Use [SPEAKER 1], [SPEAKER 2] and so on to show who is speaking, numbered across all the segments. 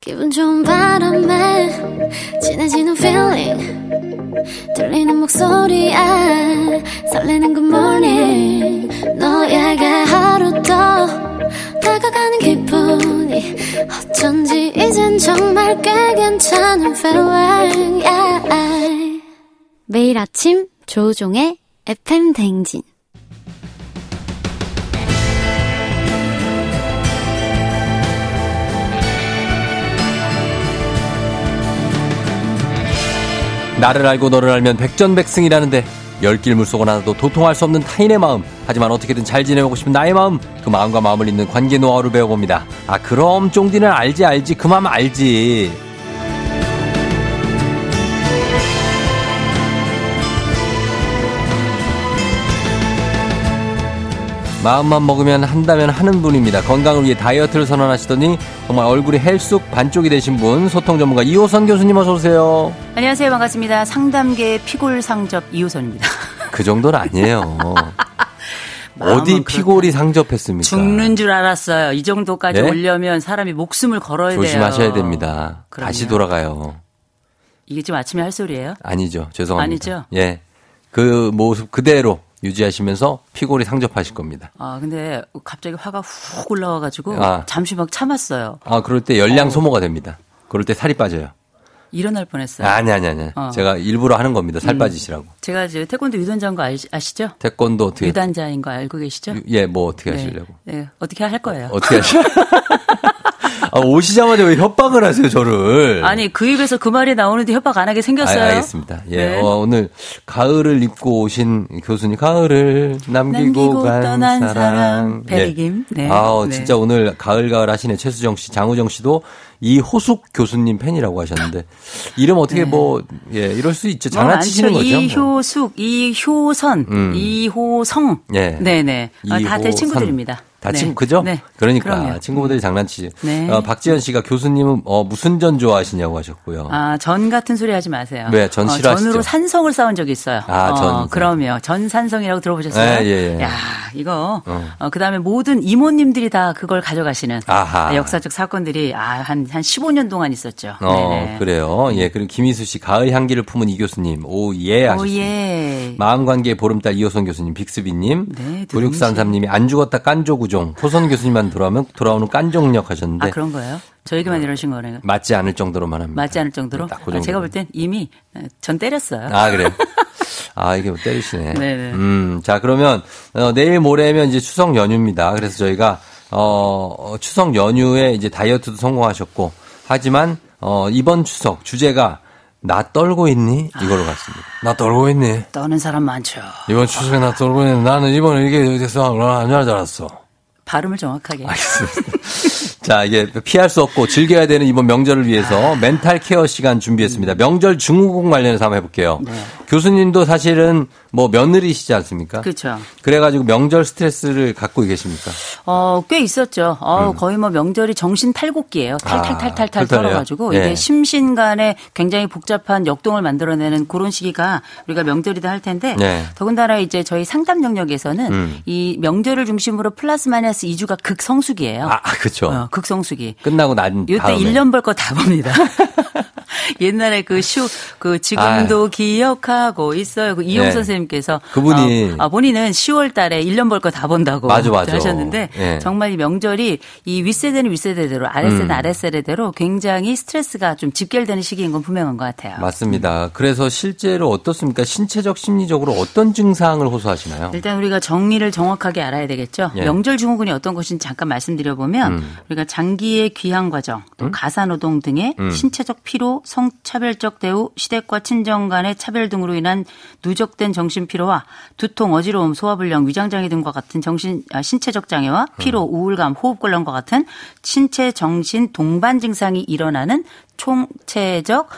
[SPEAKER 1] 기분 좋은 바람에 진해지는 feeling 들리는 목소리에 설레는 good morning 너에게 하루 더 다가가는 기분이 어쩐지 이젠 정말 꽤 괜찮은 feeling yeah. 매일 아침 조종의 FM 댕진
[SPEAKER 2] 나를 알고 너를 알면 백전백승이라는데 열길 물속은 하나도 도통할 수 없는 타인의 마음 하지만 어떻게든 잘 지내고 싶은 나의 마음 그 마음과 마음을 잇는 관계 노하우를 배워봅니다 아 그럼 쫑디는 알지 알지 그 마음 알지 마음만 먹으면 한다면 하는 분입니다. 건강을 위해 다이어트를 선언하시더니 정말 얼굴이 헬쑥 반쪽이 되신 분 소통 전문가 이호선 교수님 어서 오세요.
[SPEAKER 3] 안녕하세요. 반갑습니다. 상담계 피골 상접 이호선입니다.
[SPEAKER 2] 그 정도는 아니에요. 어디
[SPEAKER 3] 마음은
[SPEAKER 2] 피골이 상접했습니까?
[SPEAKER 3] 죽는 줄 알았어요. 이 정도까지
[SPEAKER 2] 네?
[SPEAKER 3] 올려면 사람이 목숨을 걸어야 돼요.
[SPEAKER 2] 조심하셔야 됩니다.
[SPEAKER 3] 그럼요.
[SPEAKER 2] 다시 돌아가요.
[SPEAKER 3] 이게 지금 아침에 할 소리예요?
[SPEAKER 2] 아니죠. 죄송합니다.
[SPEAKER 3] 아니죠?
[SPEAKER 2] 예. 그 모습 그대로 유지하시면서 피골이 상접하실 겁니다.
[SPEAKER 3] 아, 근데 갑자기 화가 훅 올라와 가지고
[SPEAKER 2] 아.
[SPEAKER 3] 잠시 막 참았어요.
[SPEAKER 2] 아, 그럴 때 열량 소모가 됩니다. 그럴 때 살이 빠져요.
[SPEAKER 3] 일어날 뻔했어요.
[SPEAKER 2] 아니, 아니, 아니.
[SPEAKER 3] 어. 음.
[SPEAKER 2] 제가 일부러 하는 겁니다. 살 빠지시라고.
[SPEAKER 3] 제가 이제 태권도 유단자인 거 아시, 아시죠?
[SPEAKER 2] 태권도 어떻게.
[SPEAKER 3] 유단자인 거 알고 계시죠?
[SPEAKER 2] 그 유- 예, 뭐 어떻게
[SPEAKER 3] 네.
[SPEAKER 2] 하시려고.
[SPEAKER 3] 네. 어떻게 할 거예요?
[SPEAKER 2] 어떻게 하시 아, 오시자마자 왜 협박을 하세요, 저를?
[SPEAKER 3] 아니, 그 입에서 그 말이 나오는데 협박 안 하게 생겼어요.
[SPEAKER 2] 네. 아, 알겠습니다. 예,
[SPEAKER 3] 네.
[SPEAKER 2] 어, 오늘 가을을 입고 오신 교수님 가을을 남기고,
[SPEAKER 3] 남기고
[SPEAKER 2] 간
[SPEAKER 3] 떠난
[SPEAKER 2] 사랑.
[SPEAKER 3] 사랑.
[SPEAKER 2] 예.
[SPEAKER 3] 백이김. 네.
[SPEAKER 2] 아,
[SPEAKER 3] 네.
[SPEAKER 2] 진짜 오늘 가을 가을 하시네 최수정 씨, 장우정 씨도 이 호숙 교수님 팬이라고 하셨는데 이름 어떻게 뭐 예, 이럴 수 있죠.
[SPEAKER 3] 네. 뭐
[SPEAKER 2] 장난치시는
[SPEAKER 3] 많죠.
[SPEAKER 2] 거죠. 뭐. 음.
[SPEAKER 3] 이효숙, 이효선, 이호성.
[SPEAKER 2] 예.
[SPEAKER 3] 네네. 아, 다제
[SPEAKER 2] 이호선.
[SPEAKER 3] 친구들입니다.
[SPEAKER 2] 다
[SPEAKER 3] 네.
[SPEAKER 2] 친구 그죠?
[SPEAKER 3] 네.
[SPEAKER 2] 그러니까
[SPEAKER 3] 그럼요.
[SPEAKER 2] 친구분들이 장난치지.
[SPEAKER 3] 네.
[SPEAKER 2] 어, 박지현 씨가 교수님은 어, 무슨 전 좋아하시냐고 하셨고요.
[SPEAKER 3] 아, 전 같은 소리 하지 마세요.
[SPEAKER 2] 왜? 전 싫어하시죠?
[SPEAKER 3] 전으로 산성을 쌓은 적이 있어요.
[SPEAKER 2] 아,
[SPEAKER 3] 어,
[SPEAKER 2] 전.
[SPEAKER 3] 그럼요. 전 산성이라고 들어보셨어요?
[SPEAKER 2] 예, 예, 예.
[SPEAKER 3] 야, 이거. 어, 그다음에 모든 이모님들이 다 그걸 가져가시는
[SPEAKER 2] 아하.
[SPEAKER 3] 역사적 사건들이 아, 한, 한 15년 동안 있었죠.
[SPEAKER 2] 어,
[SPEAKER 3] 네네.
[SPEAKER 2] 그래요. 예, 그리고 김희수 씨, 가을 향기를 품은 이 교수님, 오, 예,
[SPEAKER 3] 오,
[SPEAKER 2] 하셨습니다.
[SPEAKER 3] 예.
[SPEAKER 2] 마음관계의 보름달 이호선 교수님, 빅스비님,
[SPEAKER 3] 네,
[SPEAKER 2] 구 9633님이 안 죽었다 깐조구종, 호선 교수님만 돌아오면 돌아오는 깐종력 하셨는데
[SPEAKER 3] 아, 그런 거예요? 저에게만 이러신 거네요.
[SPEAKER 2] 맞지 않을 정도로만 합니다.
[SPEAKER 3] 맞지 않을 정도로?
[SPEAKER 2] 딱그
[SPEAKER 3] 아, 제가
[SPEAKER 2] 정도.
[SPEAKER 3] 볼 땐 이미 전 때렸어요.
[SPEAKER 2] 아, 그래요? 아, 이게 뭐 때리시네.
[SPEAKER 3] 네네.
[SPEAKER 2] 음, 자, 그러면, 어, 내일 모레면 이제 추석 연휴입니다. 그래서 저희가, 어, 어, 추석 연휴에 이제 다이어트도 성공하셨고, 하지만, 어, 이번 추석 주제가, 나 떨고 있니?
[SPEAKER 3] 아.
[SPEAKER 2] 이걸로 갔습니다. 나 떨고 있니?
[SPEAKER 3] 떠는 사람 많죠.
[SPEAKER 2] 이번 추석에 나 떨고 있니? 나는 이번에 이게 돼서 안줄 알았어.
[SPEAKER 3] 발음을 정확하게.
[SPEAKER 2] 아, 자, 이게 피할 수 없고 즐겨야 되는 이번 명절을 위해서 멘탈 케어 시간 준비했습니다. 명절 증후군 관련해서 한번 해볼게요.
[SPEAKER 3] 네.
[SPEAKER 2] 교수님도 사실은 뭐 며느리시지 않습니까?
[SPEAKER 3] 그렇죠.
[SPEAKER 2] 그래가지고 명절 스트레스를 갖고 계십니까?
[SPEAKER 3] 어, 꽤 있었죠. 어, 거의 뭐 명절이 정신 탈곡기예요. 탈탈탈탈탈
[SPEAKER 2] 음. 아,
[SPEAKER 3] 털어가지고
[SPEAKER 2] 털어요? 예.
[SPEAKER 3] 이게 심신간에 굉장히 복잡한 역동을 만들어내는 그런 시기가 우리가 명절이다 할 텐데
[SPEAKER 2] 네. 음.
[SPEAKER 3] 더군다나 이제 저희 상담 영역에서는 이 명절을 중심으로 플러스 마이너스 2주가 극성수기예요.
[SPEAKER 2] 아, 그렇죠.
[SPEAKER 3] 어, 극성수기.
[SPEAKER 2] 끝나고 난
[SPEAKER 3] 요때
[SPEAKER 2] 다음에.
[SPEAKER 3] 일 년 벌 거 다 봅니다. 옛날에 그 쇼, 그 지금도 기억하고 있어요. 그 이용
[SPEAKER 2] 예.
[SPEAKER 3] 선생님께서.
[SPEAKER 2] 아. 그분이-
[SPEAKER 3] 어, 아, 본인은 10월 달에 일 년 벌 거 다 본다고.
[SPEAKER 2] 맞아, 맞아.
[SPEAKER 3] 하셨는데
[SPEAKER 2] 예.
[SPEAKER 3] 정말 이 명절이 이 윗세대는 윗세대대로
[SPEAKER 2] 음.
[SPEAKER 3] 아랫세대는 아랫세대대로 굉장히 스트레스가 좀 집결되는 시기인 건 분명한 것 같아요.
[SPEAKER 2] 맞습니다. 그래서 실제로 어떻습니까? 신체적, 심리적으로 어떤 증상을 호소하시나요?
[SPEAKER 3] 일단 우리가 정리를 정확하게 알아야 되겠죠.
[SPEAKER 2] 예. 음.
[SPEAKER 3] 명절 증후군이 어떤 것인지 잠깐 말씀드려보면 우리가 장기의 귀향 과정, 또 가사노동 등의
[SPEAKER 2] 음.
[SPEAKER 3] 신체적 피로, 성차별적 대우, 시댁과 친정 간의 차별 등으로 인한 누적된 정신 피로와 두통, 어지러움, 소화불량, 위장장애 등과 같은 정신, 아, 신체적 장애와
[SPEAKER 2] 음.
[SPEAKER 3] 피로, 우울감, 호흡곤란과 같은 신체 정신 동반 증상이 일어나는 총체적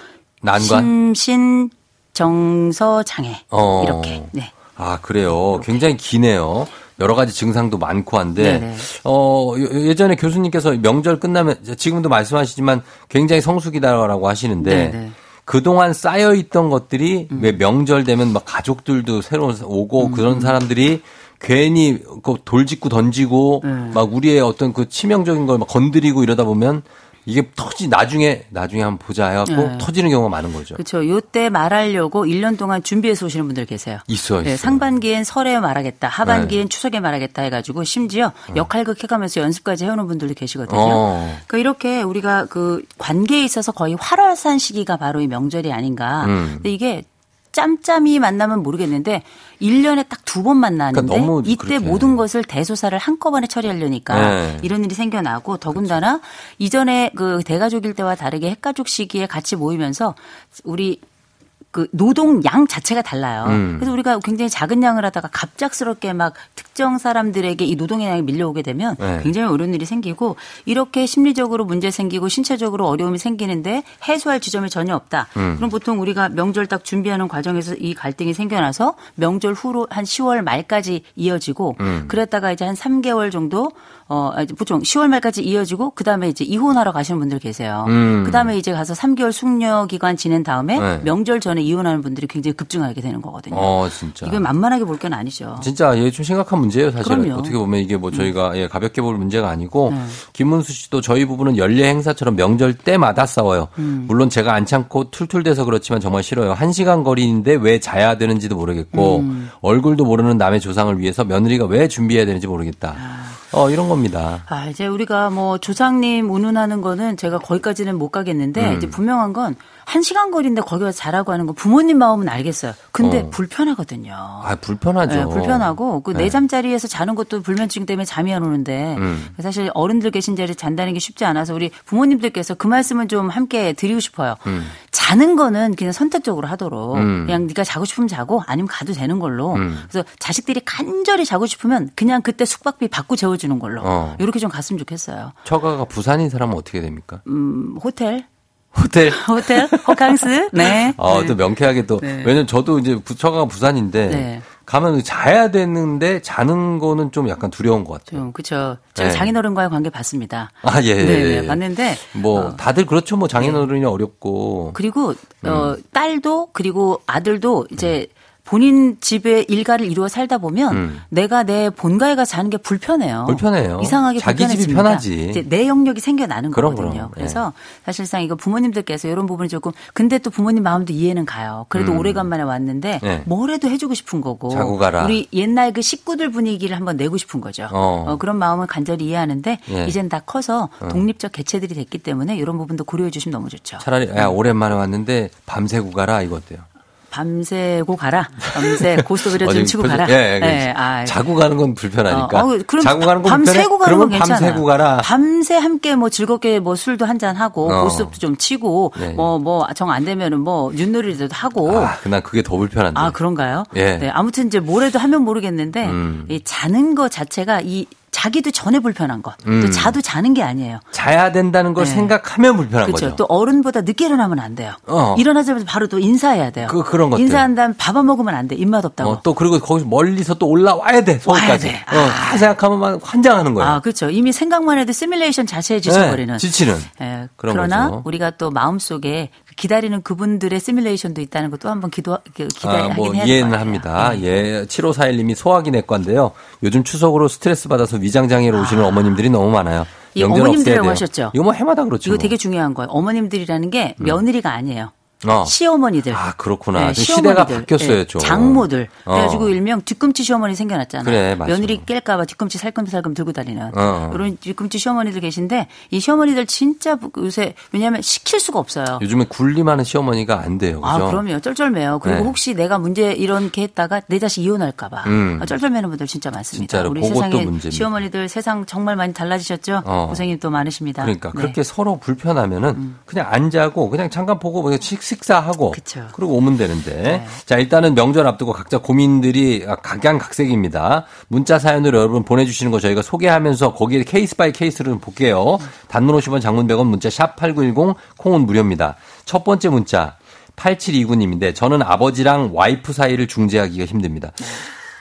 [SPEAKER 2] 난관?
[SPEAKER 3] 심신 정서 장애
[SPEAKER 2] 어.
[SPEAKER 3] 이렇게 네.
[SPEAKER 2] 아, 그래요. 굉장히 기네요. 여러 가지 증상도 많고 한데,
[SPEAKER 3] 네네.
[SPEAKER 2] 어, 예- 예전에 교수님께서 명절 끝나면, 지금도 말씀하시지만 굉장히 성수기다라고 하시는데,
[SPEAKER 3] 네네. 음.
[SPEAKER 2] 그동안 쌓여있던 것들이 왜 명절 되면 막 가족들도 새로 오고 그런 사람들이 괜히
[SPEAKER 3] 네.
[SPEAKER 2] 그 돌짓고 던지고 막 우리의 어떤 그 치명적인 걸 막 건드리고 이러다 보면 이게 터지 나중에 나중에 한번 보자 해갖고
[SPEAKER 3] 네.
[SPEAKER 2] 터지는 경우가 많은 거죠.
[SPEAKER 3] 그렇죠. 요때 말하려고 1년 동안 준비해서 오시는 분들 계세요.
[SPEAKER 2] 있어요.
[SPEAKER 3] 네,
[SPEAKER 2] 있어요. 네.
[SPEAKER 3] 상반기엔 설에 말하겠다, 하반기엔 추석에 말하겠다 해가지고 심지어 역할극 해가면서 연습까지 해오는 분들도 계시거든요.
[SPEAKER 2] 어.
[SPEAKER 3] 그러니까 이렇게 우리가 그 관계에 있어서 거의 활활산 시기가 바로 이 명절이 아닌가.
[SPEAKER 2] 음.
[SPEAKER 3] 근데 이게 짬짬이 만나면 모르겠는데 1년에 딱 두 번 만나는데
[SPEAKER 2] 그러니까 너무
[SPEAKER 3] 이때
[SPEAKER 2] 그렇게.
[SPEAKER 3] 모든 것을 대소사를 한꺼번에 처리하려니까
[SPEAKER 2] 네.
[SPEAKER 3] 이런 일이 생겨나고 더군다나 이전에 그 대가족일 때와 다르게 핵가족 시기에 같이 모이면서 우리 그 노동 양 자체가 달라요.
[SPEAKER 2] 음.
[SPEAKER 3] 그래서 우리가 굉장히 작은 양을 하다가 갑작스럽게 막 특정 사람들에게 이 노동의 양이 밀려오게 되면
[SPEAKER 2] 네.
[SPEAKER 3] 굉장히 어려운 일이 생기고 이렇게 심리적으로 문제 생기고 신체적으로 어려움이 생기는데 해소할 지점이 전혀 없다.
[SPEAKER 2] 음.
[SPEAKER 3] 그럼 보통 우리가 명절 딱 준비하는 과정에서 이 갈등이 생겨나서 명절 후로 한 10월 말까지 이어지고
[SPEAKER 2] 음.
[SPEAKER 3] 그랬다가 이제 한 3개월 정도 어 이제 보통 10월 말까지 이어지고 그다음에 이제 이혼하러 가시는 분들 계세요. 그다음에 이제 가서 3개월 숙려 기간 지낸 다음에
[SPEAKER 2] 네.
[SPEAKER 3] 명절 전에 이혼하는 분들이 굉장히 급증하게 되는 거거든요.
[SPEAKER 2] 어 진짜.
[SPEAKER 3] 이건 만만하게 볼 건 아니죠.
[SPEAKER 2] 진짜 이게 좀 심각한 문제예요 사실은
[SPEAKER 3] 그럼요. 음. 네.
[SPEAKER 2] 어떻게 보면 이게 뭐 저희가 예, 가볍게 볼 문제가 아니고 김문수 씨도 저희 부부는 연례 행사처럼 명절 때마다 싸워요
[SPEAKER 3] 음.
[SPEAKER 2] 물론 제가 안 참고 툴툴대서 그렇지만 정말 싫어요 한 시간 거리인데 왜 자야 되는지도 모르겠고
[SPEAKER 3] 음.
[SPEAKER 2] 얼굴도 모르는 남의 조상을 위해서 며느리가 왜 준비해야 되는지 모르겠다 어 이런 겁니다
[SPEAKER 3] 아, 이제 우리가 뭐 조상님 운운하는 거는 제가 거기까지는 못 가겠는데 이제 분명한 건 한 시간 거리인데 거기 와서 자라고 하는 거 부모님 마음은 알겠어요. 근데
[SPEAKER 2] 어.
[SPEAKER 3] 불편하거든요.
[SPEAKER 2] 아 불편하죠
[SPEAKER 3] 네, 불편하고 그
[SPEAKER 2] 네.
[SPEAKER 3] 내잠자리에서 자는 것도 불면증 때문에 잠이 안 오는데
[SPEAKER 2] 음.
[SPEAKER 3] 그 사실 어른들 계신 자리에 잔다는 게 쉽지 않아서 우리 부모님들께서 그 말씀을 좀 함께 드리고 싶어요.
[SPEAKER 2] 음.
[SPEAKER 3] 자는 거는 그냥 선택적으로 하도록 그냥 네가 자고 싶으면 자고 아니면 가도 되는 걸로
[SPEAKER 2] 음.
[SPEAKER 3] 그래서 자식들이 간절히 자고 싶으면 그냥 그때 숙박비 받고 재워주는 걸로
[SPEAKER 2] 어.
[SPEAKER 3] 이렇게 좀 갔으면 좋겠어요.
[SPEAKER 2] 처가가 부산인 사람은 어떻게 됩니까
[SPEAKER 3] 음, 호텔,
[SPEAKER 2] 호텔
[SPEAKER 3] 호텔, 호캉스, 네.
[SPEAKER 2] 어,
[SPEAKER 3] 네.
[SPEAKER 2] 또 명쾌하게 또.
[SPEAKER 3] 네.
[SPEAKER 2] 왜냐면 저도 이제 부처가 부산인데
[SPEAKER 3] 네.
[SPEAKER 2] 가면 자야 되는데 자는 거는 좀 약간 두려운 것 같아요.
[SPEAKER 3] 좀 그렇죠. 제가
[SPEAKER 2] 네.
[SPEAKER 3] 장인어른과의 관계 봤습니다.
[SPEAKER 2] 아, 예, 예,
[SPEAKER 3] 네, 네,
[SPEAKER 2] 예.
[SPEAKER 3] 봤는데
[SPEAKER 2] 뭐 다들 그렇죠. 뭐 장인어른이 어렵고.
[SPEAKER 3] 그리고
[SPEAKER 2] 음.
[SPEAKER 3] 어, 딸도 그리고 아들도 이제 본인 집에 일가를 이루어 살다 보면 내가 내 본가에 가서 자는 게 불편해요.
[SPEAKER 2] 음. 불편해요.
[SPEAKER 3] 이상하게
[SPEAKER 2] 자기 집이
[SPEAKER 3] 불편해집니다.
[SPEAKER 2] 편하지.
[SPEAKER 3] 이제 내 영역이 생겨나는
[SPEAKER 2] 그럼, 그럼.
[SPEAKER 3] 거거든요.
[SPEAKER 2] 예.
[SPEAKER 3] 그래서 사실상 이거 부모님들께서 이런 부분이 조금 근데 또 부모님 마음도 이해는 가요. 그래도 오래간만에 왔는데
[SPEAKER 2] 네.
[SPEAKER 3] 뭐라도 해주고 싶은 거고
[SPEAKER 2] 음. 자고 가라.
[SPEAKER 3] 우리 옛날 그 식구들 분위기를 한번 내고 싶은 거죠.
[SPEAKER 2] 어.
[SPEAKER 3] 어, 그런 마음을 간절히 이해하는데
[SPEAKER 2] 예. 어.
[SPEAKER 3] 이젠 다 커서 독립적 개체들이 됐기 때문에 이런 부분도 고려해 주시면 너무 좋죠.
[SPEAKER 2] 차라리 야, 오랜만에 왔는데 밤새고 가라 이거 어때요?
[SPEAKER 3] 밤새고 가라. 밤새 고스톱이라
[SPEAKER 2] 어, 지금
[SPEAKER 3] 좀 치고
[SPEAKER 2] 표정-
[SPEAKER 3] 가라.
[SPEAKER 2] 예, 예,
[SPEAKER 3] 네, 아,
[SPEAKER 2] 자고 가는 건 불편하니까.
[SPEAKER 3] 어, 아우, 그럼
[SPEAKER 2] 자고 가는 건 불편해.
[SPEAKER 3] 밤새고 가는 건
[SPEAKER 2] 그러면
[SPEAKER 3] 괜찮아.
[SPEAKER 2] 밤새고 가라.
[SPEAKER 3] 밤새 함께 뭐 즐겁게 뭐 술도 한잔 하고
[SPEAKER 2] 어.
[SPEAKER 3] 고스톱도 좀 치고
[SPEAKER 2] 네.
[SPEAKER 3] 뭐 뭐 정 안 되면은 뭐 윷놀이라도 하고.
[SPEAKER 2] 아, 그난 그게 더 불편한데.
[SPEAKER 3] 아, 그런가요?
[SPEAKER 2] 예. 음.
[SPEAKER 3] 네, 아무튼 이제 뭐래도 하면 모르겠는데 이 자는 거 자체가 이 자기도 전에 불편한 거.
[SPEAKER 2] 음.
[SPEAKER 3] 또 자도 자는 게 아니에요.
[SPEAKER 2] 자야 된다는 걸
[SPEAKER 3] 네.
[SPEAKER 2] 생각하면 불편한
[SPEAKER 3] 그렇죠.
[SPEAKER 2] 거죠.
[SPEAKER 3] 또 어른보다 늦게 일어나면 안 돼요.
[SPEAKER 2] 어.
[SPEAKER 3] 일어나자마자 바로 또 인사해야 돼요.
[SPEAKER 2] 그- 그런 것들.
[SPEAKER 3] 인사한 다음 밥안 먹으면 안 돼. 입맛 없다고.
[SPEAKER 2] 어, 또 그리고 거기서 멀리서 또 올라와야 돼. 서울까지.
[SPEAKER 3] 돼.
[SPEAKER 2] 어, 다 생각하면 막 환장하는 거예요.
[SPEAKER 3] 아, 그렇죠. 이미 생각만 해도 시뮬레이션 자체에 지쳐버리는.
[SPEAKER 2] 네, 지치는.
[SPEAKER 3] 예,
[SPEAKER 2] 그런
[SPEAKER 3] 그러나
[SPEAKER 2] 거죠.
[SPEAKER 3] 우리가 또 마음속에 기다리는 그분들의 시뮬레이션도 있다는 것도 한번 기도 그, 기다리긴
[SPEAKER 2] 아, 뭐
[SPEAKER 3] 해야 될것
[SPEAKER 2] 이해는
[SPEAKER 3] 같아요. 네.
[SPEAKER 2] 합니다. 예, 7541님이 소화기 내과인데요. 요즘 추석으로 스트레스 받아서 위장 장애로 오시는 어머님들이 너무 많아요.
[SPEAKER 3] 이
[SPEAKER 2] 연결 없애야
[SPEAKER 3] 어머님들이라고
[SPEAKER 2] 돼요.
[SPEAKER 3] 하셨죠?
[SPEAKER 2] 이거 뭐 해마다 그렇죠.
[SPEAKER 3] 이거 되게 중요한 거예요. 어머님들이라는 게 며느리가 아니에요.
[SPEAKER 2] 음. 어.
[SPEAKER 3] 시어머니들. 네,
[SPEAKER 2] 아, 그렇구나. 좀
[SPEAKER 3] 시어머니들. 예,
[SPEAKER 2] 시대가 바뀌었어요, 좀.
[SPEAKER 3] 장모들.
[SPEAKER 2] 어.
[SPEAKER 3] 그래가지고 일명 뒤꿈치 시어머니 생겨났잖아요.
[SPEAKER 2] 그래, 맞아.
[SPEAKER 3] 며느리 깰까봐 뒤꿈치 살금살금 들고 다니는
[SPEAKER 2] 어.
[SPEAKER 3] 그런 뒤꿈치 시어머니들 계신데 이 시어머니들 진짜 요새 왜냐하면 시킬 수가 없어요.
[SPEAKER 2] 요즘에 군림하는 시어머니가 안 돼요. 그죠?
[SPEAKER 3] 아, 그럼요. 쩔쩔매요. 그리고
[SPEAKER 2] 그렇죠. 네.
[SPEAKER 3] 혹시 내가 문제 이렇게 했다가 내 자식 이혼할까봐 아,
[SPEAKER 2] 음.
[SPEAKER 3] 쩔쩔매는 분들 진짜 많습니다.
[SPEAKER 2] 진짜로
[SPEAKER 3] 우리
[SPEAKER 2] 그것도
[SPEAKER 3] 세상에
[SPEAKER 2] 문제입니다.
[SPEAKER 3] 시어머니들 세상 정말 많이 달라지셨죠.
[SPEAKER 2] 어.
[SPEAKER 3] 고생이 또 많으십니다.
[SPEAKER 2] 그러니까
[SPEAKER 3] 네. 음.
[SPEAKER 2] 그렇게 서로 불편하면은 그냥 안 자고 그냥 잠깐 보고 그냥 식- 식사하고
[SPEAKER 3] 그쵸. 네.
[SPEAKER 2] 그러고 오면 되는데 자 일단은 명절 앞두고 각자 고민들이 각양각색입니다. 문자 사연으로 여러분 보내주시는 거 저희가 소개하면서 거기에 케이스 바이 케이스를 좀 볼게요.
[SPEAKER 3] 음.
[SPEAKER 2] 단문 50원, 장문 100원 문자 샵 #8910 콩은 무료입니다. 첫 번째 문자 8729님인데 저는 아버지랑 와이프 사이를 중재하기가 힘듭니다.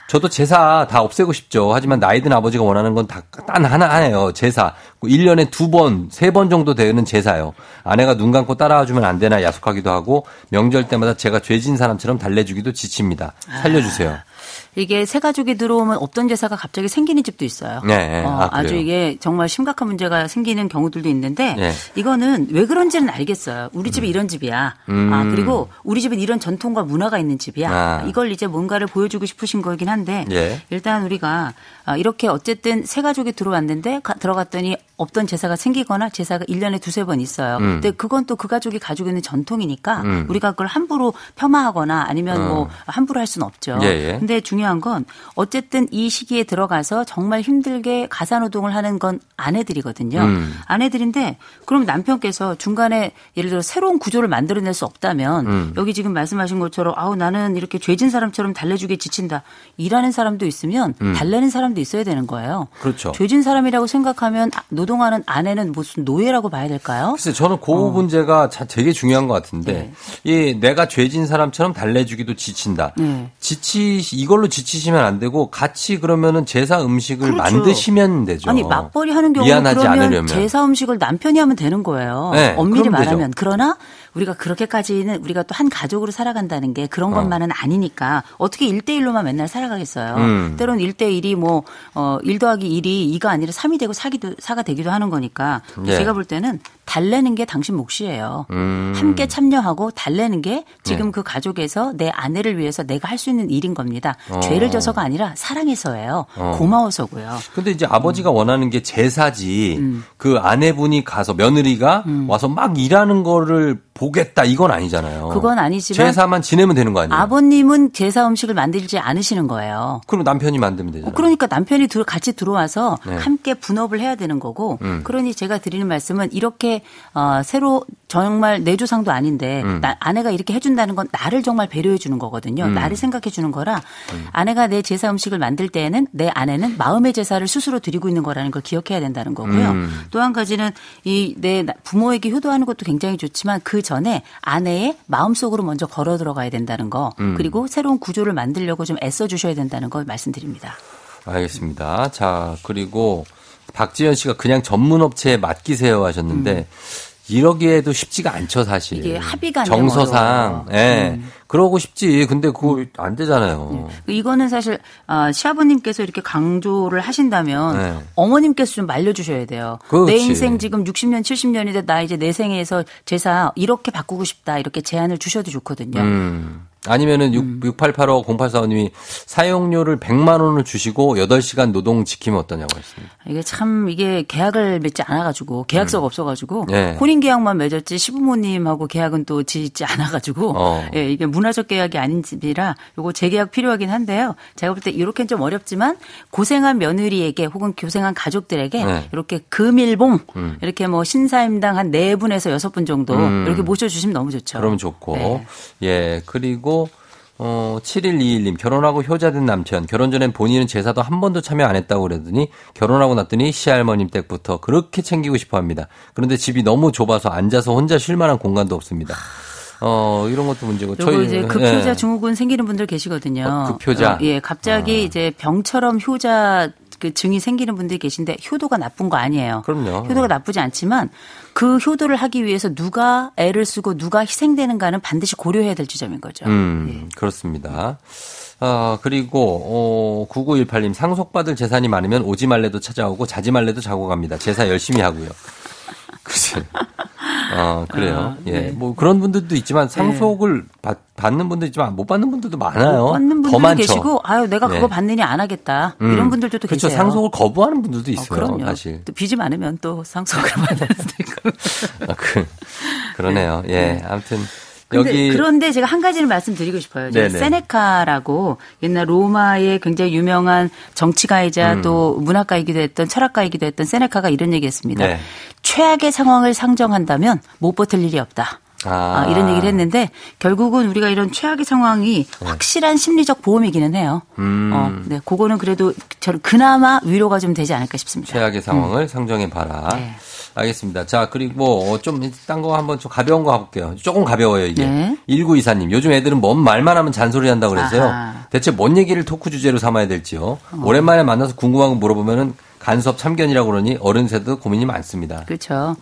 [SPEAKER 2] 저도 제사 다 없애고 싶죠. 하지만 나이 든 아버지가 원하는 건 다 딴 하나 하네요. 제사. 그 1년에 두 번, 세 번 정도 되는 제사요. 아내가 눈 감고 따라와 주면 안 되나
[SPEAKER 3] 아.
[SPEAKER 2] 야속하기도 하고 명절 때마다 제가 죄진 사람처럼 달래주기도 지칩니다. 살려주세요.
[SPEAKER 3] 이게 새 가족이 들어오면 없던 제사가 갑자기 생기는 집도 있어요.
[SPEAKER 2] 네, 네.
[SPEAKER 3] 어,
[SPEAKER 2] 아,
[SPEAKER 3] 아, 주
[SPEAKER 2] 그래요?
[SPEAKER 3] 이게 정말 심각한 문제가 생기는 경우들도 있는데
[SPEAKER 2] 네. 음.
[SPEAKER 3] 이거는 왜 그런지는 알겠어요. 우리 집이 이런 집이야. 아 그리고 우리 집은 이런 전통과 문화가 있는 집이야.
[SPEAKER 2] 아.
[SPEAKER 3] 이걸 이제 뭔가를 보여주고 싶으신 거긴 한데
[SPEAKER 2] 예.
[SPEAKER 3] 일단 우리가 아, 이렇게 어쨌든 새 가족이 들어왔는데 가- 들어갔더니 없던 제사가 생기거나 제사가 일년에 두세 번 있어요.
[SPEAKER 2] 음.
[SPEAKER 3] 근데 그건 또 그 가족이 가지고 있는 전통이니까 우리가 그걸 함부로 폄하하거나 아니면 뭐 함부로 할 수는 없죠.
[SPEAKER 2] 어. 예, 예.
[SPEAKER 3] 근데 중요한 건 어쨌든 이 시기에 들어가서 정말 힘들게 가사노동을 하는 건 아내들이거든요.
[SPEAKER 2] 음.
[SPEAKER 3] 아내들인데 그럼 남편께서 중간에 예를 들어 새로운 구조를 만들어낼 수 없다면
[SPEAKER 2] 음.
[SPEAKER 3] 여기 지금 말씀하신 것처럼 아우 나는 이렇게 죄진 사람처럼 달래주기에 지친다. 일하는 사람도 있으면 달래는 사람도 있어야 되는 거예요.
[SPEAKER 2] 음. 그렇죠.
[SPEAKER 3] 죄진 사람이라고 생각하면 아, 노동하는 아내는 무슨 노예라고 봐야 될까요?
[SPEAKER 2] 글쎄 저는 그
[SPEAKER 3] 어.
[SPEAKER 2] 문제가 자- 되게 중요한 것 같은데 이 내가 죄진 사람처럼 달래주기도 지친다.
[SPEAKER 3] 네.
[SPEAKER 2] 지치 이걸로 지치시면 안 되고 같이 그러면은 제사 음식을
[SPEAKER 3] 그렇죠.
[SPEAKER 2] 만드시면 되죠.
[SPEAKER 3] 아니 맞벌이 하는 경우는
[SPEAKER 2] 미안하지
[SPEAKER 3] 그러면
[SPEAKER 2] 않으려면
[SPEAKER 3] 제사 음식을 남편이 하면 되는 거예요.
[SPEAKER 2] 네,
[SPEAKER 3] 엄밀히
[SPEAKER 2] 그러면 되죠.
[SPEAKER 3] 말하면 그러나 우리가 그렇게까지는 우리가 또 한 가족으로 살아간다는 게 그런
[SPEAKER 2] 어.
[SPEAKER 3] 것만은 아니니까 어떻게 1대1로만 맨날 살아가겠어요.
[SPEAKER 2] 음.
[SPEAKER 3] 때론 1대1이 뭐 어, 1 더하기 1이 2가 아니라 3이 되고 4기도, 4가 되기도 하는 거니까
[SPEAKER 2] 네.
[SPEAKER 3] 제가 볼 때는 달래는 게 당신 몫이에요.
[SPEAKER 2] 음.
[SPEAKER 3] 함께 참여하고 달래는 게
[SPEAKER 2] 네.
[SPEAKER 3] 지금 그 가족에서 내 아내를 위해서 내가 할 수 있는 일인 겁니다.
[SPEAKER 2] 어.
[SPEAKER 3] 죄를 져서가 아니라 사랑해서예요. 고마워서고요.
[SPEAKER 2] 근데 이제 아버지가 원하는 게 제사지 그 아내분이 가서 며느리가 와서 막 일하는 거를 보겠다 이건 아니잖아요.
[SPEAKER 3] 그건 아니지만
[SPEAKER 2] 제사만 지내면 되는 거 아니에요?
[SPEAKER 3] 아버님은 제사 음식을 만들지 않으시는 거예요.
[SPEAKER 2] 그럼 남편이 만들면 되잖아요.
[SPEAKER 3] 그러니까 남편이 들- 같이 들어와서
[SPEAKER 2] 네.
[SPEAKER 3] 함께 분업을 해야 되는 거고 그러니 제가 드리는 말씀은 이렇게 어, 새로 정말 내 조상도 아닌데 나- 아내가 이렇게 해준다는 건 나를 정말 배려해 주는 거거든요. 나를 생각해 주는 거라 아내가 내 제사 음식을 만들 때에는 내 아내는 마음의 제사를 스스로 드리고 있는 거라는 걸 기억해야 된다는 거고요. 또 한 가지는 이 내 부모에게 효도하는 것도 굉장히 좋지만 그 전에 아내의 마음속으로 먼저 걸어 들어가야 된다는 거 그리고 새로운 구조를 만들려고 좀 애써 주셔야 된다는 걸 말씀드립니다.
[SPEAKER 2] 알겠습니다. 자, 그리고 박지현 씨가 그냥 전문업체에 맡기세요 하셨는데 이러기에도 쉽지가 않죠, 사실.
[SPEAKER 3] 음. 이게 합의가 안 되면
[SPEAKER 2] 정서상.
[SPEAKER 3] 어려워요. 음.
[SPEAKER 2] 예. 그러고 싶지. 근데 그거 안 되잖아요.
[SPEAKER 3] 그 이거는 사실 아, 시아버님께서 이렇게 강조를 하신다면
[SPEAKER 2] 네.
[SPEAKER 3] 어머님께서 좀 말려주셔야 돼요.
[SPEAKER 2] 그렇지.
[SPEAKER 3] 내 인생 지금 60년, 70년인데 나 이제 내 생에서 제사 이렇게 바꾸고 싶다 이렇게 제안을 주셔도 좋거든요.
[SPEAKER 2] 음. 아니면은 6885-0845님이 사용료를 100만 원을 주시고 8시간 노동 지키면 어떠냐고 했습니다.
[SPEAKER 3] 이게 참 이게 계약을 맺지 않아가지고 계약서가 없어가지고
[SPEAKER 2] 예.
[SPEAKER 3] 혼인 계약만 맺었지 시부모님하고 계약은 또 짓지 않아가지고
[SPEAKER 2] 어.
[SPEAKER 3] 예, 이게 문화적 계약이 아닌 집이라 요거 재계약 필요하긴 한데요. 제가 볼 때 이렇게는 좀 어렵지만 고생한 며느리에게 혹은 고생한 가족들에게
[SPEAKER 2] 네. 음.
[SPEAKER 3] 이렇게 금일봉 이렇게 뭐 신사임당 한 네 분에서 여섯 분 정도 이렇게 모셔주시면 너무 좋죠.
[SPEAKER 2] 그러면 좋고.
[SPEAKER 3] 네.
[SPEAKER 2] 예. 그리고 어 7121님 결혼하고 효자된 남편 결혼 전엔 본인은 제사도 한 번도 참여 안 했다고 그러더니 결혼하고 났더니 시할머님 댁부터 그렇게 챙기고 싶어 합니다. 그런데 집이 너무 좁아서 앉아서 혼자 쉴 만한 공간도 없습니다. 어 이런 것도 문제고
[SPEAKER 3] 요거 이제 급효자
[SPEAKER 2] 예.
[SPEAKER 3] 증후군 생기는 분들 계시거든요.
[SPEAKER 2] 어, 급효자? 아.
[SPEAKER 3] 어, 예, 갑자기 이제 병처럼 효자 그 증이 생기는 분들이 계신데 효도가 나쁜 거 아니에요.
[SPEAKER 2] 그럼요. 예.
[SPEAKER 3] 효도가 나쁘지 않지만 그 효도를 하기 위해서 누가 애를 쓰고 누가 희생되는가는 반드시 고려해야 될 지점인 거죠. 예.
[SPEAKER 2] 음, 그렇습니다. 아, 그리고, 어, 9918님, 상속받을 재산이 많으면 오지 말래도 찾아오고 자지 말래도 자고 갑니다. 제사 열심히 하고요. 글쎄. 아, 그래요.
[SPEAKER 3] 아,
[SPEAKER 2] 예.
[SPEAKER 3] 네.
[SPEAKER 2] 뭐 그런 분들도 있지만 상속을 받, 받는 분도 있지만 못 받는 분들도 많아요.
[SPEAKER 3] 받는
[SPEAKER 2] 어? 더
[SPEAKER 3] 분들도
[SPEAKER 2] 많죠.
[SPEAKER 3] 계시고 아유 내가
[SPEAKER 2] 네.
[SPEAKER 3] 그거 받느냐 안 하겠다
[SPEAKER 2] 음.
[SPEAKER 3] 이런 분들도 또
[SPEAKER 2] 그렇죠.
[SPEAKER 3] 계세요.
[SPEAKER 2] 상속을 거부하는 분들도
[SPEAKER 3] 어,
[SPEAKER 2] 있어요.
[SPEAKER 3] 그럼요.
[SPEAKER 2] 사실.
[SPEAKER 3] 또 빚이 많으면 또 상속을 받아야 되고.
[SPEAKER 2] 아, 그, 그러네요. 예. 아무튼
[SPEAKER 3] 근데
[SPEAKER 2] 여기
[SPEAKER 3] 그런데 제가 한 가지를 말씀드리고 싶어요. 저
[SPEAKER 2] 네네.
[SPEAKER 3] 세네카라고 옛날 로마의 굉장히 유명한 정치가이자
[SPEAKER 2] 음.
[SPEAKER 3] 또 문학가이기도 했던 철학가이기도 했던 세네카가 이런 얘기했습니다.
[SPEAKER 2] 네.
[SPEAKER 3] 최악의 상황을 상정한다면 못 버틸 일이 없다.
[SPEAKER 2] 아.
[SPEAKER 3] 아, 이런 얘기를 했는데 결국은 우리가 이런 최악의 상황이
[SPEAKER 2] 네.
[SPEAKER 3] 확실한 심리적 보험이기는 해요.
[SPEAKER 2] 음.
[SPEAKER 3] 어, 네, 그거는 그래도 저는 그나마 위로가 좀 되지 않을까 싶습니다.
[SPEAKER 2] 최악의 상황을 상정해 봐라.
[SPEAKER 3] 음. 네.
[SPEAKER 2] 알겠습니다. 자, 그리고 어, 좀 딴 거 한번 좀 가벼운 거 가볼게요. 조금 가벼워요, 이게.
[SPEAKER 3] 네.
[SPEAKER 2] 1924님, 요즘 애들은 뭔 말만 하면 잔소리 한다고 그래서요.
[SPEAKER 3] 아하. 어.
[SPEAKER 2] 대체 뭔 얘기를 토크 주제로 삼아야 될지요. 오랜만에 만나서 궁금한 거 물어보면은 간섭 참견이라고 그러니 어른 세도 고민이 많습니다.
[SPEAKER 3] 그렇죠.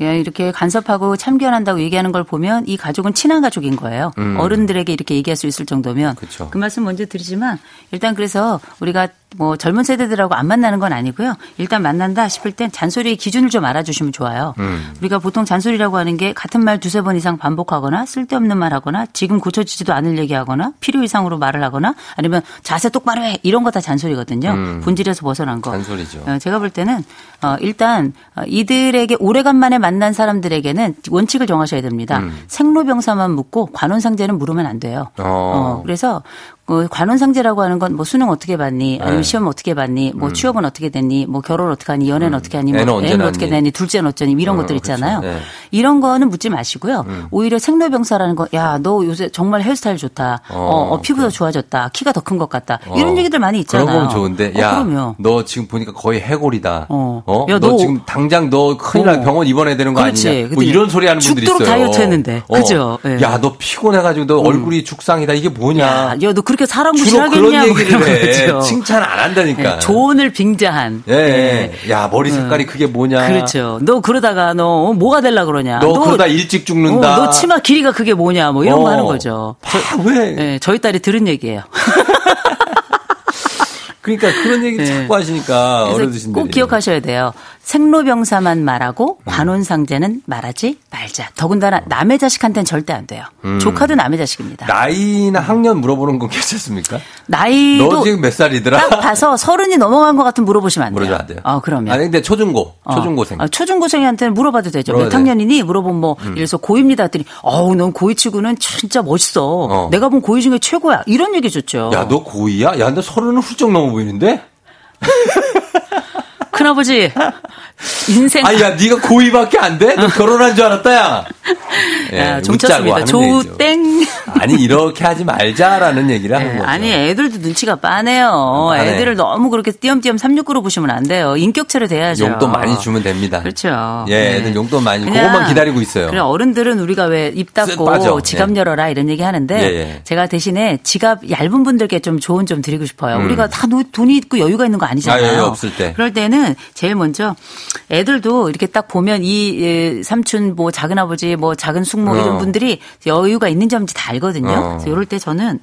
[SPEAKER 3] 예, 이렇게 간섭하고 참견한다고 얘기하는 걸 보면 이 가족은 친한 가족인 거예요. 어른들에게 이렇게 얘기할 수 있을 정도면
[SPEAKER 2] 음. 그쵸.
[SPEAKER 3] 그 말씀 먼저 드리지만 일단 그래서 우리가 뭐 젊은 세대들하고 안 만나는 건 아니고요. 일단 만난다 싶을 땐 잔소리의 기준을 좀 알아주시면 좋아요.
[SPEAKER 2] 음.
[SPEAKER 3] 우리가 보통 잔소리라고 하는 게 같은 말 두세 번 이상 반복하거나 쓸데없는 말 하거나 지금 고쳐지지도 않을 얘기 하거나 필요 이상으로 말을 하거나 아니면 자세 똑바로 해 이런 거 다 잔소리거든요.
[SPEAKER 2] 음.
[SPEAKER 3] 본질에서 벗어난 거.
[SPEAKER 2] 잔소리죠.
[SPEAKER 3] 어, 제가 볼 때는 어, 일단 어, 이들에게 오래간만에 만난 사람들에게는 원칙을 정하셔야 됩니다. 생로병사만 묻고 관혼상제는 물으면 안 돼요.
[SPEAKER 2] 음. 어.
[SPEAKER 3] 어, 그래서 어, 관혼상제라고 하는 건 뭐 수능 어떻게 봤니? 아니면
[SPEAKER 2] 네. 음.
[SPEAKER 3] 시험 어떻게 봤니? 뭐 취업은 어떻게 됐니? 뭐 결혼 어떻게 하니? 연애는 어떻게 하니? 뭐
[SPEAKER 2] 애는 언제
[SPEAKER 3] 애는 어떻게
[SPEAKER 2] 낳니?
[SPEAKER 3] 되니? 둘째는 어쩌니? 이런 것들 있잖아요.
[SPEAKER 2] 그렇죠. 네. 음.
[SPEAKER 3] 이런 거는 묻지 마시고요. 오히려 생로병사라는 거, 야, 너 요새 정말 헤어스타일 좋다. 어,
[SPEAKER 2] 어,
[SPEAKER 3] 어, 피부도 좋아졌다. 키가 더 큰 것 같다.
[SPEAKER 2] 어.
[SPEAKER 3] 이런 얘기들 많이 있잖아요.
[SPEAKER 2] 그런 거면 좋은데,
[SPEAKER 3] 어,
[SPEAKER 2] 야,
[SPEAKER 3] 그럼요.
[SPEAKER 2] 너 지금 보니까 거의 해골이다.
[SPEAKER 3] 어.
[SPEAKER 2] 어,
[SPEAKER 3] 야,
[SPEAKER 2] 너,
[SPEAKER 3] 너-
[SPEAKER 2] 지금 당장 너 큰일 날
[SPEAKER 3] 어.
[SPEAKER 2] 병원 입원해야 되는 거
[SPEAKER 3] 그렇지.
[SPEAKER 2] 아니냐? 뭐
[SPEAKER 3] 근데
[SPEAKER 2] 이런 소리 하는 분들이 있어요.
[SPEAKER 3] 죽도록 다이어트 했는데. 그죠? 예. 음.
[SPEAKER 2] 야, 너 피곤해가지고 너 얼굴이 죽상이다. 이게 뭐냐?
[SPEAKER 3] 아, 야, 야, 너 그렇게 사람
[SPEAKER 2] 주로 그런
[SPEAKER 3] 구실하겠냐고 예,
[SPEAKER 2] 얘기를 해. 칭찬 안 한다니까.
[SPEAKER 3] 조언을 빙자한.
[SPEAKER 2] 예, 예. 야, 머리 색깔이 그게 뭐냐?
[SPEAKER 3] 음. 그렇죠. 너 그러다가 너 어, 뭐가 되려 그러냐.
[SPEAKER 2] 너, 그러다 일찍 죽는다.
[SPEAKER 3] 어, 너 치마 길이가 그게 뭐냐. 뭐 이런 거
[SPEAKER 2] 어.
[SPEAKER 3] 하는 거죠.
[SPEAKER 2] 아, 왜?
[SPEAKER 3] 예, 저희 딸이 들은 얘기예요.
[SPEAKER 2] 그러니까 그런 얘기 를
[SPEAKER 3] 네.
[SPEAKER 2] 자꾸 하시니까
[SPEAKER 3] 그래서
[SPEAKER 2] 아, 어르신들이.
[SPEAKER 3] 꼭 기억하셔야 돼요. 생로병사만 말하고 관혼상제는 말하지 말자. 더군다나 남의 자식한테는 절대 안 돼요. 조카도 남의
[SPEAKER 2] 음.
[SPEAKER 3] 자식입니다.
[SPEAKER 2] 나이나 학년 물어보는 건 괜찮습니까?
[SPEAKER 3] 나이도
[SPEAKER 2] 너 지금 몇 살이더라?
[SPEAKER 3] 딱 봐서 서른이 넘어간 것 같으면 물어보시면 안 돼요.
[SPEAKER 2] 물어줘야 안 돼요.
[SPEAKER 3] 어, 그러면.
[SPEAKER 2] 아니 근데 초중고,
[SPEAKER 3] 어.
[SPEAKER 2] 초중고생.
[SPEAKER 3] 아, 초중고생한테는 물어봐도 되죠.
[SPEAKER 2] 물어봐도 음.
[SPEAKER 3] 몇 학년이니? 물어보면 뭐, 예를 들어서 고2입니다 했더니, 어우, 넌 고2 치고는 진짜 멋있어. 내가 본 고2 중에 최고야. 이런 얘기 줬죠.
[SPEAKER 2] 야, 너 고2야? 야, 너 서른은 훌쩍 넘어 보이는데?
[SPEAKER 3] 큰아버지, 인생.
[SPEAKER 2] 아, 야, 네가 고2밖에 안 돼? 너 결혼한 줄 알았다, 야. 예,
[SPEAKER 3] 야,
[SPEAKER 2] 웃자고
[SPEAKER 3] 아, 종쳤습니다.
[SPEAKER 2] 하는 얘기죠.
[SPEAKER 3] 조땡. 예,
[SPEAKER 2] 아니, 이렇게 하지 말자라는 얘기를 하는 거죠. 아,
[SPEAKER 3] 아니 애들도 눈치가 빠네요.
[SPEAKER 2] 빠네.
[SPEAKER 3] 애들을 너무 그렇게 띄엄띄엄 삼육구로 보시면 안 돼요. 인격체로 돼야죠.
[SPEAKER 2] 용돈 많이 주면 됩니다.
[SPEAKER 3] 그렇죠.
[SPEAKER 2] 예,
[SPEAKER 3] 네.
[SPEAKER 2] 애들 용돈 많이.
[SPEAKER 3] 그냥-
[SPEAKER 2] 그것만 기다리고 있어요.
[SPEAKER 3] 그냥 어른들은 우리가 왜
[SPEAKER 2] 쓱
[SPEAKER 3] 입
[SPEAKER 2] 빠져.
[SPEAKER 3] 닫고 지갑
[SPEAKER 2] 예.
[SPEAKER 3] 열어라 이런 얘기 하는데
[SPEAKER 2] 예, 예.
[SPEAKER 3] 제가 대신에 지갑 얇은 분들께 좀 조언 좀 드리고 싶어요. 우리가 다 노- 돈이 있고 여유가 있는 거 아니잖아요.
[SPEAKER 2] 음. 아, 예, 예, 없을 때.
[SPEAKER 3] 그럴 때는 제일 먼저 애들도 이렇게 딱 보면 이 예, 삼촌 뭐 작은 아버지 뭐 작은 숙모 이런
[SPEAKER 2] 어.
[SPEAKER 3] 분들이 여유가 있는지 없는지 다 알거든요.
[SPEAKER 2] 어.
[SPEAKER 3] 그래서 이럴 때 저는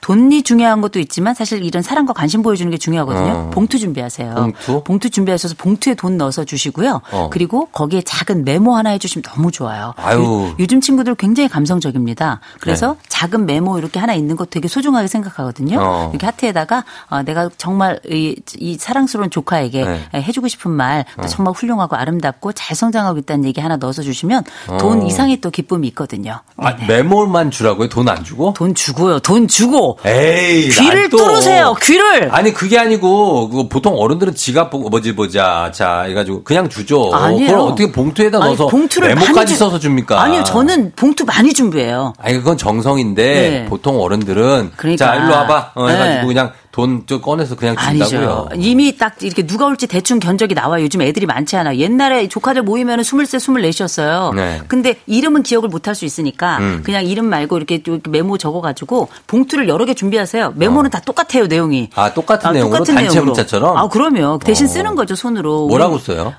[SPEAKER 3] 돈이 중요한 것도 있지만 사실 이런 사랑과 관심 보여주는 게 중요하거든요.
[SPEAKER 2] 어.
[SPEAKER 3] 봉투 준비하세요.
[SPEAKER 2] 봉투?
[SPEAKER 3] 준비하셔서 봉투에 돈 넣어서 주시고요.
[SPEAKER 2] 어.
[SPEAKER 3] 그리고 거기에 작은 메모 하나 해주시면 너무 좋아요. 그
[SPEAKER 2] 아유. 네.
[SPEAKER 3] 요, 즘 친구들 굉장히 감성적입니다. 그래서 작은 메모 이렇게 하나 있는 거 되게 소중하게 생각하거든요.
[SPEAKER 2] 어.
[SPEAKER 3] 이렇게 하트에다가 어, 내가 정말 이, 이 사랑스러운 조카에게 예,
[SPEAKER 2] 네. 어.
[SPEAKER 3] 해주고 싶은 말또 정말 훌륭하고 아름답고 잘 성장하고 있다는 얘기 하나 넣어서 주시면 돈 이상의 또 기쁨이 있거든요.
[SPEAKER 2] 아, 메모만 주라고요? 돈 안 주고?
[SPEAKER 3] 돈 주고요. 돈 주고
[SPEAKER 2] 에이,
[SPEAKER 3] 귀를
[SPEAKER 2] 난 또.
[SPEAKER 3] 뚫으세요. 귀를.
[SPEAKER 2] 아니 그게 아니고 그거 보통 어른들은 지갑 보고 뭐지 아, 보자 자 해가지고 그냥 주죠.
[SPEAKER 3] 아니에요.
[SPEAKER 2] 그걸 어떻게 봉투에다
[SPEAKER 3] 아니,
[SPEAKER 2] 넣어서
[SPEAKER 3] 봉투를 많이
[SPEAKER 2] 메모까지
[SPEAKER 3] 주-
[SPEAKER 2] 써서 줍니까?
[SPEAKER 3] 아니요, 저는 봉투 많이 준비해요.
[SPEAKER 2] 아니 그건 정성인데
[SPEAKER 3] 네.
[SPEAKER 2] 보통 어른들은
[SPEAKER 3] 그러니까.
[SPEAKER 2] 자 일로 와봐 어, 해가지고
[SPEAKER 3] 네.
[SPEAKER 2] 그냥 돈좀 꺼내서 그냥 준다고요.
[SPEAKER 3] 아니죠. 이미 딱 이렇게 누가 올지 대충 견적이 나와요. 요즘 애들이 많지 않아. 옛날에 조카들 모이면 은 23, 24셨어요.
[SPEAKER 2] 네. 음.
[SPEAKER 3] 근데 이름은 기억을 못 할 수 있으니까 그냥 이름 말고 이렇게 또 이렇게 메모 적어가지고 봉투를 여러 개 준비하세요. 메모는 다 똑같아요, 내용이.
[SPEAKER 2] 어. 아, 똑같은 내용으로? 단체 문자처럼?
[SPEAKER 3] 아, 그럼요. 대신
[SPEAKER 2] 어.
[SPEAKER 3] 쓰는 거죠, 손으로.
[SPEAKER 2] 뭐라고
[SPEAKER 3] 우리
[SPEAKER 2] 써요?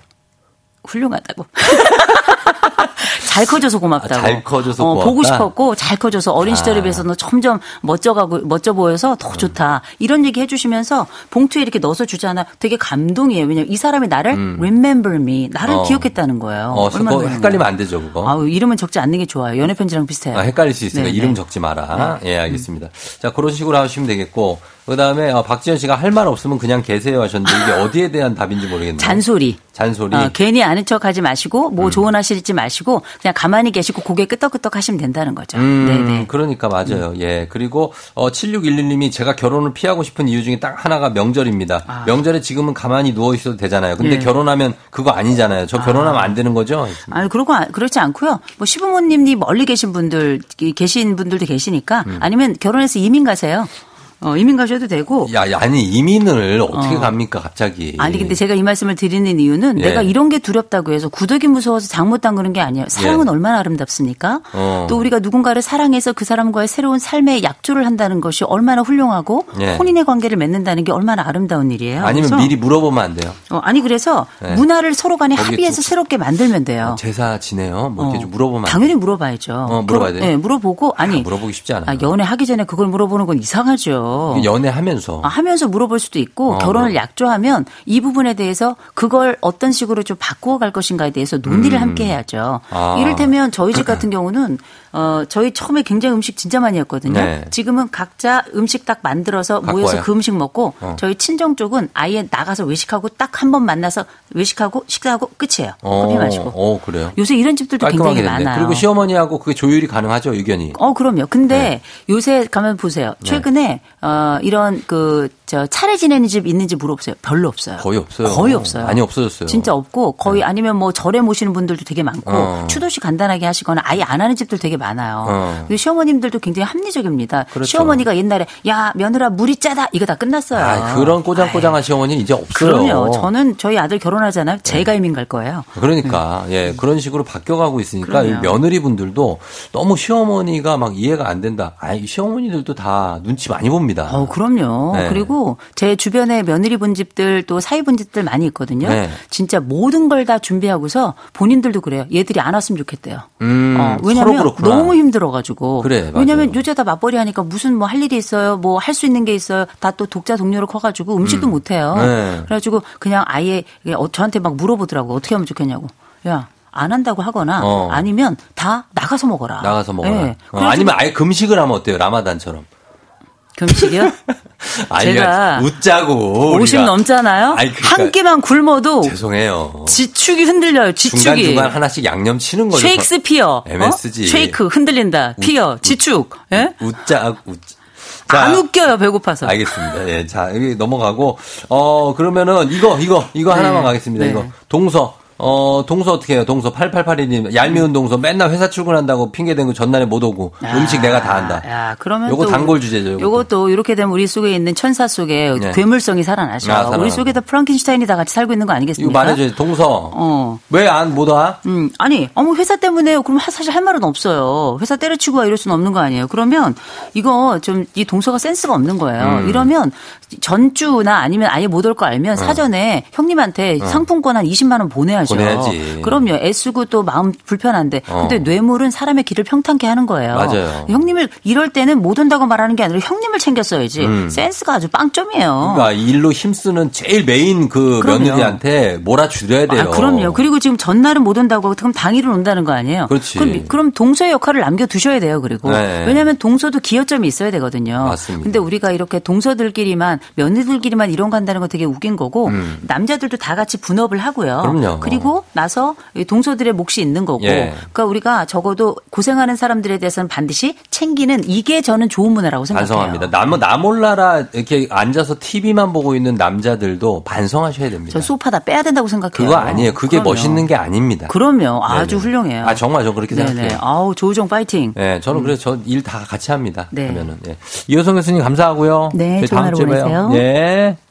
[SPEAKER 3] 훌륭하다고. 잘 커져서 고맙다고.
[SPEAKER 2] 아, 잘 커져서
[SPEAKER 3] 어, 보고
[SPEAKER 2] 고맙다?
[SPEAKER 3] 싶었고 잘 커져서 어린 시절에
[SPEAKER 2] 아. 음.
[SPEAKER 3] 비해서 너 점점 멋져가고 멋져 보여서 더 좋다. 이런 얘기 해주시면서 봉투에 이렇게 넣어서 주잖아. 되게 감동이에요. 왜냐면 이 사람이 나를 remember me, 나를
[SPEAKER 2] 음. 어.
[SPEAKER 3] 기억했다는 거예요.
[SPEAKER 2] 어, 그거
[SPEAKER 3] 그런
[SPEAKER 2] 헷갈리면
[SPEAKER 3] 거예요.
[SPEAKER 2] 안 되죠 그거.
[SPEAKER 3] 아우 이름은 적지 않는 게 좋아요. 연애 편지랑 비슷해요.
[SPEAKER 2] 아, 헷갈릴 수 있으니까
[SPEAKER 3] 네,
[SPEAKER 2] 이름
[SPEAKER 3] 네.
[SPEAKER 2] 적지 마라. 예, 알겠습니다. 자, 그런 식으로 하시면 되겠고, 그 다음에 박지현 씨가 할 말 없으면 그냥 계세요 하셨는데 이게 어디에 대한 답인지 모르겠네요.
[SPEAKER 3] 잔소리.
[SPEAKER 2] 잔소리. 음.
[SPEAKER 3] 어, 괜히 아는 척 하지 마시고, 뭐 조언하실지 마시고, 그냥 가만히 계시고 고개 끄덕끄덕 하시면 된다는 거죠.
[SPEAKER 2] 음,
[SPEAKER 3] 네네. 음.
[SPEAKER 2] 그러니까 맞아요. 예. 그리고 어 7611님이 제가 결혼을 피하고 싶은 이유 중에 딱 하나가 명절입니다.
[SPEAKER 3] 아.
[SPEAKER 2] 명절에 지금은 가만히 누워 있어도 되잖아요. 근데
[SPEAKER 3] 예.
[SPEAKER 2] 결혼하면 그거 아니잖아요. 저 결혼하면 안 되는 거죠?
[SPEAKER 3] 아니 그러고 아- 그렇지 않고요. 뭐
[SPEAKER 2] 음.
[SPEAKER 3] 시부모님이 멀리 계신 분들 이- 계신 분들도 계시니까 아니면 결혼해서 이민 가세요. 어, 이민 가셔도 되고.
[SPEAKER 2] 야, 야, 아니 이민을 어떻게 갑니까 갑자기?
[SPEAKER 3] 아니 근데 제가 이 말씀을 드리는 이유는
[SPEAKER 2] 예.
[SPEAKER 3] 내가 이런 게 두렵다고 해서 구더기 무서워서 장못 담그는 게 아니에요. 사랑은
[SPEAKER 2] 예.
[SPEAKER 3] 얼마나 아름답습니까?
[SPEAKER 2] 어.
[SPEAKER 3] 또 우리가 누군가를 사랑해서 그 사람과의 새로운 삶의 약조를 한다는 것이 얼마나 훌륭하고
[SPEAKER 2] 예.
[SPEAKER 3] 혼인의 관계를 맺는다는 게 얼마나 아름다운 일이에요.
[SPEAKER 2] 아니면
[SPEAKER 3] 그래서
[SPEAKER 2] 미리 물어보면 안 돼요.
[SPEAKER 3] 어, 아니 그래서
[SPEAKER 2] 네.
[SPEAKER 3] 문화를 서로 간에
[SPEAKER 2] 거기에
[SPEAKER 3] 합의해서
[SPEAKER 2] 좀-
[SPEAKER 3] 새롭게 만들면 돼요.
[SPEAKER 2] 제사 지내요? 뭐 이렇게
[SPEAKER 3] 어.
[SPEAKER 2] 좀 물어보면 안
[SPEAKER 3] 당연히
[SPEAKER 2] 돼요?
[SPEAKER 3] 물어봐야죠.
[SPEAKER 2] 어, 물어봐야 돼요?
[SPEAKER 3] 네, 물어보고 아니
[SPEAKER 2] 아, 물어보기 쉽지 않아요. 그
[SPEAKER 3] 아, 연애 하기 전에 그걸 물어보는 건 이상하죠.
[SPEAKER 2] 연애하면서
[SPEAKER 3] 아, 하면서 물어볼 수도 있고
[SPEAKER 2] 어,
[SPEAKER 3] 결혼을
[SPEAKER 2] 뭐.
[SPEAKER 3] 약조하면 이 부분에 대해서 그걸 어떤 식으로 좀 바꾸어 갈 것인가에 대해서 논의를 함께 해야죠.
[SPEAKER 2] 음. 아. 그러니까.
[SPEAKER 3] 이를테면 저희 집 같은 경우는 어 저희 처음에 굉장히 음식 진짜 많이 했거든요.
[SPEAKER 2] 네.
[SPEAKER 3] 지금은 각자 음식 딱 만들어서
[SPEAKER 2] 갖고
[SPEAKER 3] 모여서
[SPEAKER 2] 와요?
[SPEAKER 3] 그 음식 먹고
[SPEAKER 2] 어.
[SPEAKER 3] 저희 친정 쪽은 아예 나가서 외식하고 딱 한 번 만나서 외식하고 식사하고 끝이에요.
[SPEAKER 2] 어,
[SPEAKER 3] 커피 마시고.
[SPEAKER 2] 어, 그래요?
[SPEAKER 3] 요새 이런 집들도
[SPEAKER 2] 깔끔하게
[SPEAKER 3] 굉장히
[SPEAKER 2] 됐네.
[SPEAKER 3] 많아요.
[SPEAKER 2] 그리고 시어머니하고 그게 조율이 가능하죠 의견이.
[SPEAKER 3] 어, 그럼요.
[SPEAKER 2] 네.
[SPEAKER 3] 근데 요새 가면 보세요. 최근에 어 이런 그 저 차례 지내는 집 있는지 물어보세요. 별로 없어요.
[SPEAKER 2] 거의 없어요.
[SPEAKER 3] 거의 없어요.
[SPEAKER 2] 많이 없어졌어요. 네.
[SPEAKER 3] 진짜 없고 거의 아니면 뭐 절에 모시는 분들도 되게 많고
[SPEAKER 2] 어.
[SPEAKER 3] 추도식 간단하게 하시거나 아예 안 하는 집들 되게 많아요.
[SPEAKER 2] 어.
[SPEAKER 3] 그리고 시어머님들도 굉장히 합리적입니다.
[SPEAKER 2] 그렇죠.
[SPEAKER 3] 시어머니가 옛날에 야 며느라 물이 짜다 이거 다 끝났어요. 예.
[SPEAKER 2] 아, 그런 꼬장꼬장한 시어머니 이제 없어요.
[SPEAKER 3] 그럼요. 저는 저희 아들 결혼하잖아요. 제가 이민 갈 거예요.
[SPEAKER 2] 그러니까 예 그런 식으로 바뀌어가고 있으니까
[SPEAKER 3] 네. 그럼요.
[SPEAKER 2] 며느리 분들도 너무 시어머니가 막 이해가 안 된다. 아 시어머니들도 다 눈치 많이 봅니다.
[SPEAKER 3] 어, 그럼요.
[SPEAKER 2] 네.
[SPEAKER 3] 그리고 제 주변에 며느리 분집들 또 사위 분집들 많이 있거든요.
[SPEAKER 2] 네.
[SPEAKER 3] 진짜 모든 걸 다 준비하고서 본인들도 그래요. 얘들이 안 왔으면 좋겠대요.
[SPEAKER 2] 음,
[SPEAKER 3] 어,
[SPEAKER 2] 서로
[SPEAKER 3] 왜냐면
[SPEAKER 2] 그렇구나.
[SPEAKER 3] 너무 힘들어가지고.
[SPEAKER 2] 그래, 맞아요.
[SPEAKER 3] 왜냐면 요새 다 맞벌이 하니까 무슨 뭐 할 일이 있어요. 뭐 할 수 있는 게 있어요. 다 또 독자 동료로 커가지고 음식도 못해요.
[SPEAKER 2] 네.
[SPEAKER 3] 그래가지고 그냥 아예 어, 저한테 막 물어보더라고. 어떻게 하면 좋겠냐고. 야. 안 한다고 하거나
[SPEAKER 2] 어.
[SPEAKER 3] 아니면 다 나가서 먹어라.
[SPEAKER 2] 나가서 먹어라.
[SPEAKER 3] 네.
[SPEAKER 2] 어, 아니면 아예 금식을 하면 어때요? 라마단처럼.
[SPEAKER 3] 금식이요?
[SPEAKER 2] 아니
[SPEAKER 3] 제가
[SPEAKER 2] 웃자고.
[SPEAKER 3] 50
[SPEAKER 2] 우리가.
[SPEAKER 3] 넘잖아요.
[SPEAKER 2] 아니, 그러니까-
[SPEAKER 3] 한 끼만 굶어도
[SPEAKER 2] 죄송해요.
[SPEAKER 3] 지축이 흔들려요. 지축이.
[SPEAKER 2] 중간중간 하나씩 양념 치는 거죠.
[SPEAKER 3] 쉐익스피어.
[SPEAKER 2] MSG.
[SPEAKER 3] 어? 쉐이크 흔들린다. 피어. 지축. 예?
[SPEAKER 2] 웃자, 음. 웃자.
[SPEAKER 3] 안 웃겨요. 배고파서.
[SPEAKER 2] 알겠습니다. 예, 자, 여기 넘어가고, 어, 그러면은, 이거, 이거, 이거
[SPEAKER 3] 네.
[SPEAKER 2] 하나만 가겠습니다.
[SPEAKER 3] 네.
[SPEAKER 2] 이거. 동서. 어, 동서 어떻게 해요? 동서 8882님. 얄미운 동서 맨날 회사 출근한다고 핑계대고 전날에 못 오고 음식 내가 다 한다.
[SPEAKER 3] 야, 그러면
[SPEAKER 2] 요거
[SPEAKER 3] 또
[SPEAKER 2] 단골 주제죠. 요것도.
[SPEAKER 3] 아, 요것도 이렇게 되면 우리 속에 있는 천사 속에
[SPEAKER 2] 네.
[SPEAKER 3] 괴물성이 살아나죠.
[SPEAKER 2] 아, 살아나는
[SPEAKER 3] 우리 속에 다 프랑켄슈타인이 다 같이 살고 있는 거
[SPEAKER 2] 이거
[SPEAKER 3] 아니겠습니까?
[SPEAKER 2] 말해줘야지. 동서.
[SPEAKER 3] 어.
[SPEAKER 2] 왜 안 못 와?
[SPEAKER 3] 음, 아니, 어머, 회사 때문에요. 그럼 하- 사실 할 말은 없어요. 회사 때려치고 와 이럴 수는 없는 거 아니에요. 그러면 이거 좀 이 동서가 센스가 없는 거예요.
[SPEAKER 2] 음.
[SPEAKER 3] 이러면 전주나 아니면 아예 못 올 거
[SPEAKER 2] 어.
[SPEAKER 3] 알면 사전에 형님한테 상품권 한 20만 원 보내야죠.
[SPEAKER 2] 보내야지. 어.
[SPEAKER 3] 그럼요. 애쓰고 또 마음 불편한데. 근데 뇌물은 사람의 길을 평탄케 하는 거예요.
[SPEAKER 2] 맞아요.
[SPEAKER 3] 형님을 이럴 때는 못 온다고 말하는 게 아니라 형님을 챙겼어야지.
[SPEAKER 2] 음.
[SPEAKER 3] 센스가 아주 빵점이에요.
[SPEAKER 2] 그러니까 이 일로 힘쓰는 제일 메인 그
[SPEAKER 3] 어. 그럼요.
[SPEAKER 2] 며느리한테 몰아주려야 돼요.
[SPEAKER 3] 아, 그럼요. 그리고 지금 전날은 못 온다고 하고 그럼 당일은 온다는 거 아니에요.
[SPEAKER 2] 그렇지.
[SPEAKER 3] 그럼, 그럼 동서의 역할을 남겨두셔야 돼요. 그리고
[SPEAKER 2] 네.
[SPEAKER 3] 왜냐하면 동서도 기여점이 있어야 되거든요.
[SPEAKER 2] 맞습니다.
[SPEAKER 3] 근데 우리가 이렇게 동서들끼리만 며느들끼리만 이런 간다는 건 되게 웃긴 거고 남자들도 다 같이 분업을 하고요.
[SPEAKER 2] 음. 그럼요.
[SPEAKER 3] 리고 나서 이 동서들의 몫이 있는 거고.
[SPEAKER 2] 예.
[SPEAKER 3] 그러니까 우리가 적어도 고생하는 사람들에 대해서는 반드시 챙기는 이게 저는 좋은 문화라고 생각해요.
[SPEAKER 2] 반성합니다. 나, 나 몰라라 이렇게 앉아서 TV만 보고 있는 남자들도 반성하셔야 됩니다.
[SPEAKER 3] 저 소파 다 빼야 된다고 생각해요.
[SPEAKER 2] 그거 아니에요. 그게
[SPEAKER 3] 그럼요.
[SPEAKER 2] 멋있는 게 아닙니다.
[SPEAKER 3] 그럼요. 아주
[SPEAKER 2] 네네.
[SPEAKER 3] 훌륭해요.
[SPEAKER 2] 아, 정말 저 그렇게
[SPEAKER 3] 네네.
[SPEAKER 2] 생각해요.
[SPEAKER 3] 아우 조우정 파이팅.
[SPEAKER 2] 예, 저는 그래서 저 일 다 같이 합니다.
[SPEAKER 3] 네.
[SPEAKER 2] 그러면은 예. 이호성 교수님 감사하고요.
[SPEAKER 3] 네,
[SPEAKER 2] 저희 다음
[SPEAKER 3] 좋은
[SPEAKER 2] 주에
[SPEAKER 3] 하루
[SPEAKER 2] 봐요.
[SPEAKER 3] 보내세요.
[SPEAKER 2] 예.